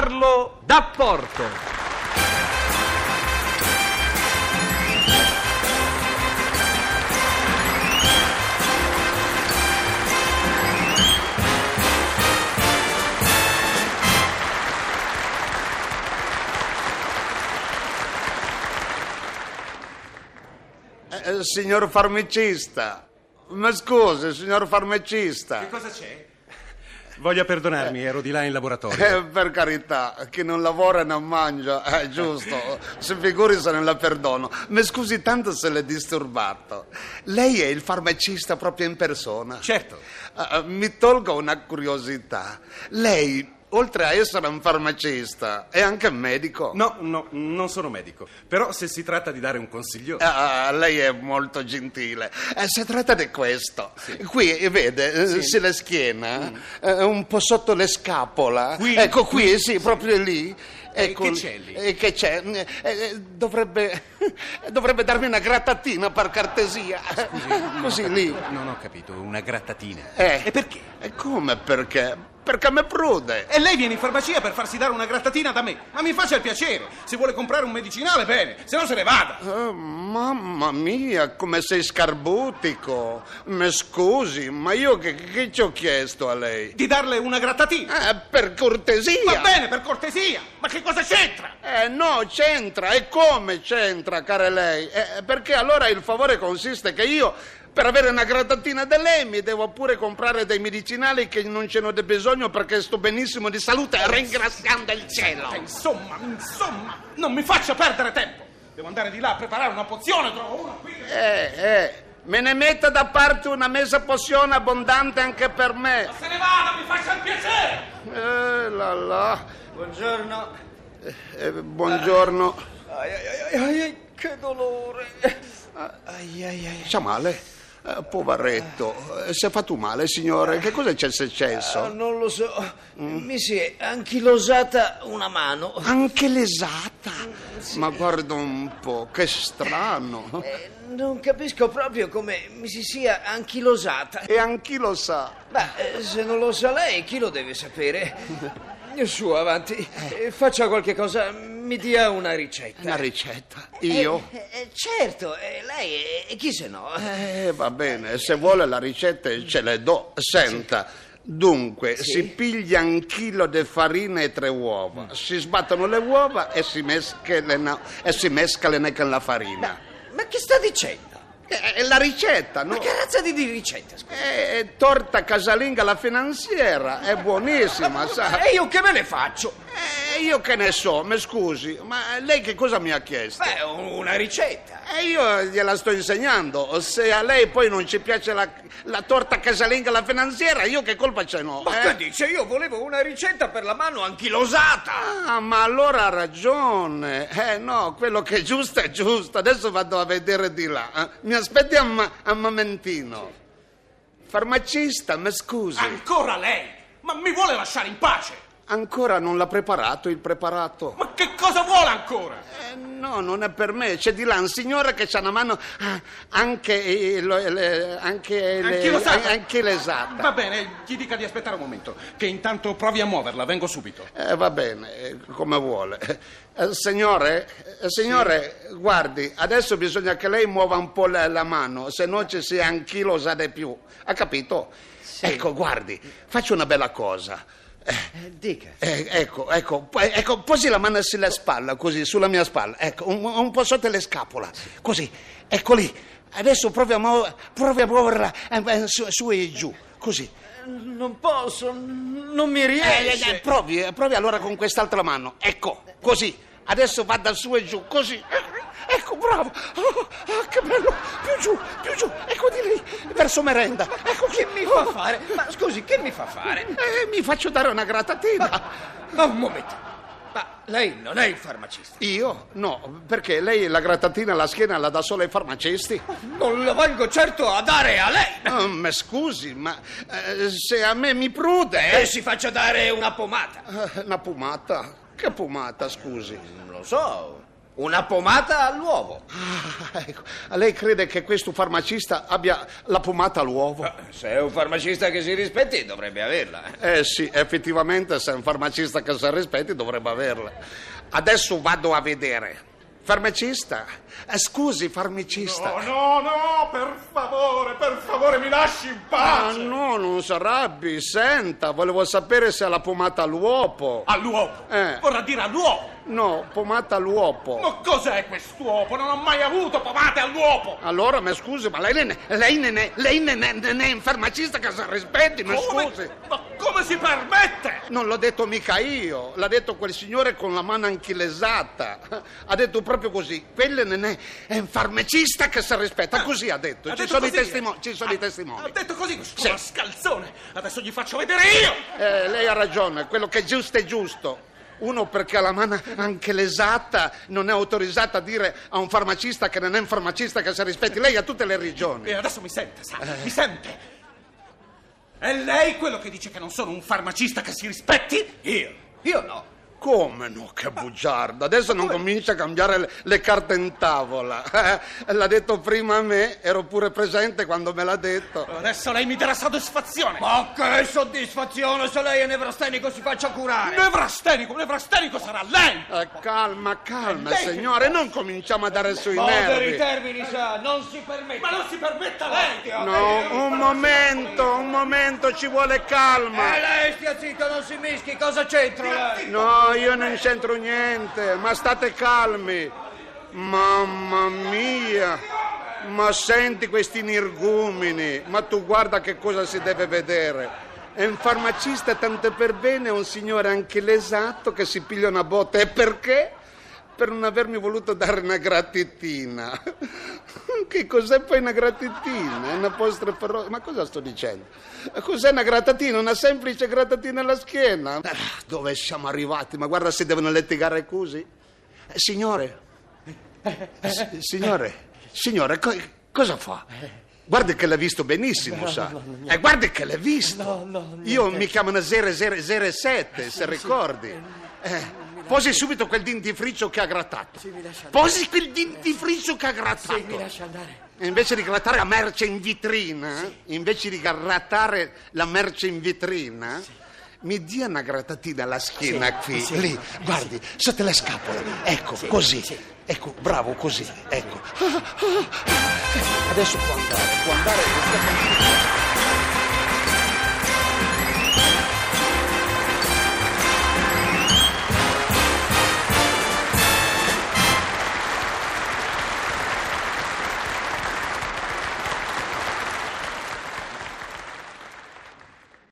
Carlo D'Apporto. Eh, eh, signor farmacista, ma scusi, signor farmacista, Cosa c'è? Voglia perdonarmi, ero di là in laboratorio. eh, per carità, chi non lavora non mangia, è giusto, se figuri se non la perdono. Mi scusi tanto se l'ho disturbato. Lei è il farmacista proprio in persona? Certo. Ah, ah, mi tolgo una curiosità. Lei, oltre a essere un farmacista, è anche un medico? No, no, non sono medico. Però se si tratta di dare un consiglio... Ah, ah, lei è molto gentile. Eh, si tratta di questo. Qui, eh, vede, eh, sulla schiena, eh, un po' sotto le scapola. Mm. Qui, ecco, qui, sì, proprio lì. Ecco, che c'è lì? eh, che c'è? Eh, eh, dovrebbe, dovrebbe darmi una grattatina per cartesia. Ah, Così lì. Non ho capito, una grattatina. Eh. E perché? E come perché? Perché mi prude. E lei viene in farmacia per farsi dare una grattatina da me. Ma mi faccia il piacere. Se vuole comprare un medicinale, bene. Se no se ne vada. Eh, mamma mia, come sei scarbutico. Mi scusi, ma io che, che ci ho chiesto a lei? Di darle una grattatina. Eh, per cortesia. Va bene, per cortesia. Ma che cosa c'entra? Eh, no, c'entra. E come c'entra, cara lei? Eh, perché allora il favore consiste che io, per avere una gradatina da lei, mi devo pure comprare dei medicinali che non ce n'ho di bisogno perché sto benissimo di salute, ringraziando il Eh, cielo. Insomma, insomma, non mi faccia perdere tempo. Devo andare di là a preparare una pozione, trovo una qui. Eh, eh, me ne metta da parte una mesa pozione abbondante anche per me. Se ne vada, mi faccia il piacere. Eh, là là. Buongiorno. Eh, buongiorno. Ai, ai, ai, ai, ai, che dolore. Ai, ai, ai. C'ha male? Eh, poveretto, eh, si è fatto male, signore. Che cosa c'è Ah, successo? non lo so. Mi si è anchilosata una mano. Anche l'esata. Ma guarda un po', che strano. Eh, non capisco proprio come mi si sia anchilosata. E anch'io sa. Ma eh, se non lo sa lei, chi lo deve sapere? Su, avanti. Eh, Faccia qualche cosa, mi dia una ricetta. Una ricetta. Io? Eh, eh, certo, eh, lei e chi se no? Eh, va bene, se vuole la ricetta ce le do. Senta. Dunque, si piglia un chilo di farina e tre uova, Mm. si sbattono le uova e si mescalano, e si mescalano con la farina. Ma che sta dicendo? Eh, È la ricetta, no? Ma che razza di, di ricetta, scusa? Eh, torta casalinga la finanziera, è buonissima, sa. E Eh, io che me ne faccio? Eh, io che ne so, mi scusi, ma lei che cosa mi ha chiesto? Beh, una ricetta. E io gliela sto insegnando, se a lei poi non ci piace la, la torta casalinga la finanziera, io che colpa ce n'ho? Ma eh? che dice? Io volevo una ricetta per la mano anchilosata. Ah, ma allora ha ragione. Eh no, quello che è giusto è giusto. Adesso vado a vedere di là. eh. Mi aspetti a, ma- a Mamentino. Farmacista, mi scusi. Ah. Ancora lei? Ma mi vuole lasciare in pace? Ancora non l'ha preparato il preparato? Ma che cosa vuole ancora? Eh, no, non è per me. C'è di là un signore che ha una mano ah, anche, eh, lo- le- anche, le- Anch'io lo sa. an- anche l'esatta. Va bene, gli dica di aspettare un momento, che intanto provi a muoverla, vengo subito. Eh, va bene, eh, come vuole. Eh, signore, eh, signore, guardi, adesso bisogna che lei muova un po' la, la mano, se no ci si anchilosa di più. Ha capito? Ecco, guardi, faccio una bella cosa. Dica. Eh, ecco, ecco, po- ecco, posi la mano sulla spalla, così, sulla mia spalla, ecco, un, un po' sotto le scapola, così, ecco lì. Adesso provi a, muo- provi a muoverla eh, eh, su, su e giù, così. Eh, Non posso, non mi Eh, eh, eh, riesce. provi, eh, provi allora con quest'altra mano, ecco, così. Adesso va da su e giù, così. Eh, Ecco, bravo. Ah, ah, che bello. Più giù, più giù, ecco di lì, verso merenda. Ecco Che mi fa fare? Ma scusi, che mi fa fare? Eh, mi faccio dare una grattatina. Ma un momento. Ma lei non è il farmacista. Io? No, perché lei la grattatina alla schiena la dà solo ai farmacisti. Non la vengo certo a dare a lei. Oh, ma scusi, ma eh, se a me mi prude... E eh, Ah, si faccia dare una pomata. Una pomata? Che pomata, scusi? Non lo so. Una pomata all'uovo. Ah, ecco. Lei crede che questo farmacista abbia la pomata all'uovo? Se è un farmacista che si rispetti, dovrebbe averla. Eh sì, effettivamente se è un farmacista che si rispetti dovrebbe averla. Adesso vado a vedere. Farmacista? Eh, scusi, farmacista. No, Oh, no, no, per favore, per favore, mi lasci in Ah pace! no, non si arrabbi, senta, volevo sapere se ha la pomata all'uopo. Ah. All'uopo! Eh. Vorrà dire all'uopo! No, pomata all'uopo. Ma cos'è quest'uopo? Non ho mai avuto pomate all'uopo! Allora, mi scusi, ma lei ne, lei ne, ne- lei ne, ne, ne- ne è un farmacista che si rispetti, mi Eh, scusi. Ma come si permette? Non l'ho detto mica io, l'ha detto quel signore con la mano anchilesata. Ha detto proprio così. Quello ne- ne- è un farmacista che si rispetta, così ha Ah, detto. Ha Ci detto sono, i, così? Ah, testimoni, ci sono Ha- i testimoni. Ha detto così questo Sì. sì. scalzone. Adesso gli faccio vedere io. Eh, lei ha ragione, quello che è giusto è giusto. Uno perché la mano anche l'esatta non è autorizzata a dire a un farmacista che non è un farmacista che si rispetti. Lei ha tutte le E ragioni. adesso mi sente, sa? Eh. Mi sente. È lei quello che dice che non sono un farmacista che si rispetti? Io. Io no. Come no, che bugiardo. Adesso non comincia a cambiare le, le carte in tavola. Eh, L'ha detto prima a me, ero pure presente quando me l'ha detto. Adesso lei mi darà soddisfazione. Ma che soddisfazione se lei è nevrastenico si faccia curare. Nevrastenico, nevrastenico sarà lei. Eh, calma, calma, Lei- signore, non cominciamo a dare sui Poveri nervi. termini, sa, non si Eh, permette. Ma non si permetta lei. No, un momento, un momento, ci vuole calma. Eh, lei stia zitto, non si mischi, cosa c'entra lei? No, io non c'entro niente, ma state calmi. Mamma mia, ma senti questi nirgumini, ma tu guarda che cosa si deve vedere. È un farmacista tanto per bene, è un signore anche l'esatto che si piglia una botta. E perché? Per non avermi voluto dare una gratitina. Che cos'è poi una gratitina? È una postre però... Ma cosa sto dicendo? Cos'è una gratatina? Una semplice gratatina alla schiena. Ah, Dove siamo arrivati? Ma guarda se devono litigare così. Eh, Signore. Eh, si- Signore. Signore, co- cosa fa? Guardi che l'ha visto benissimo, sa. E guardi che l'ha visto. Io mi chiamano 0007, se ricordi. Eh, posi subito quel dentifricio che ha grattato. Posi quel dentifricio che ha grattato. E Invece di grattare la merce in vitrina, invece di grattare la merce in vitrina, mi dia una grattatina alla schiena qui, lì, guardi, sotto la scapola, ecco, così, ecco, bravo, così, ecco. Adesso può andare, può andare, sta continuando.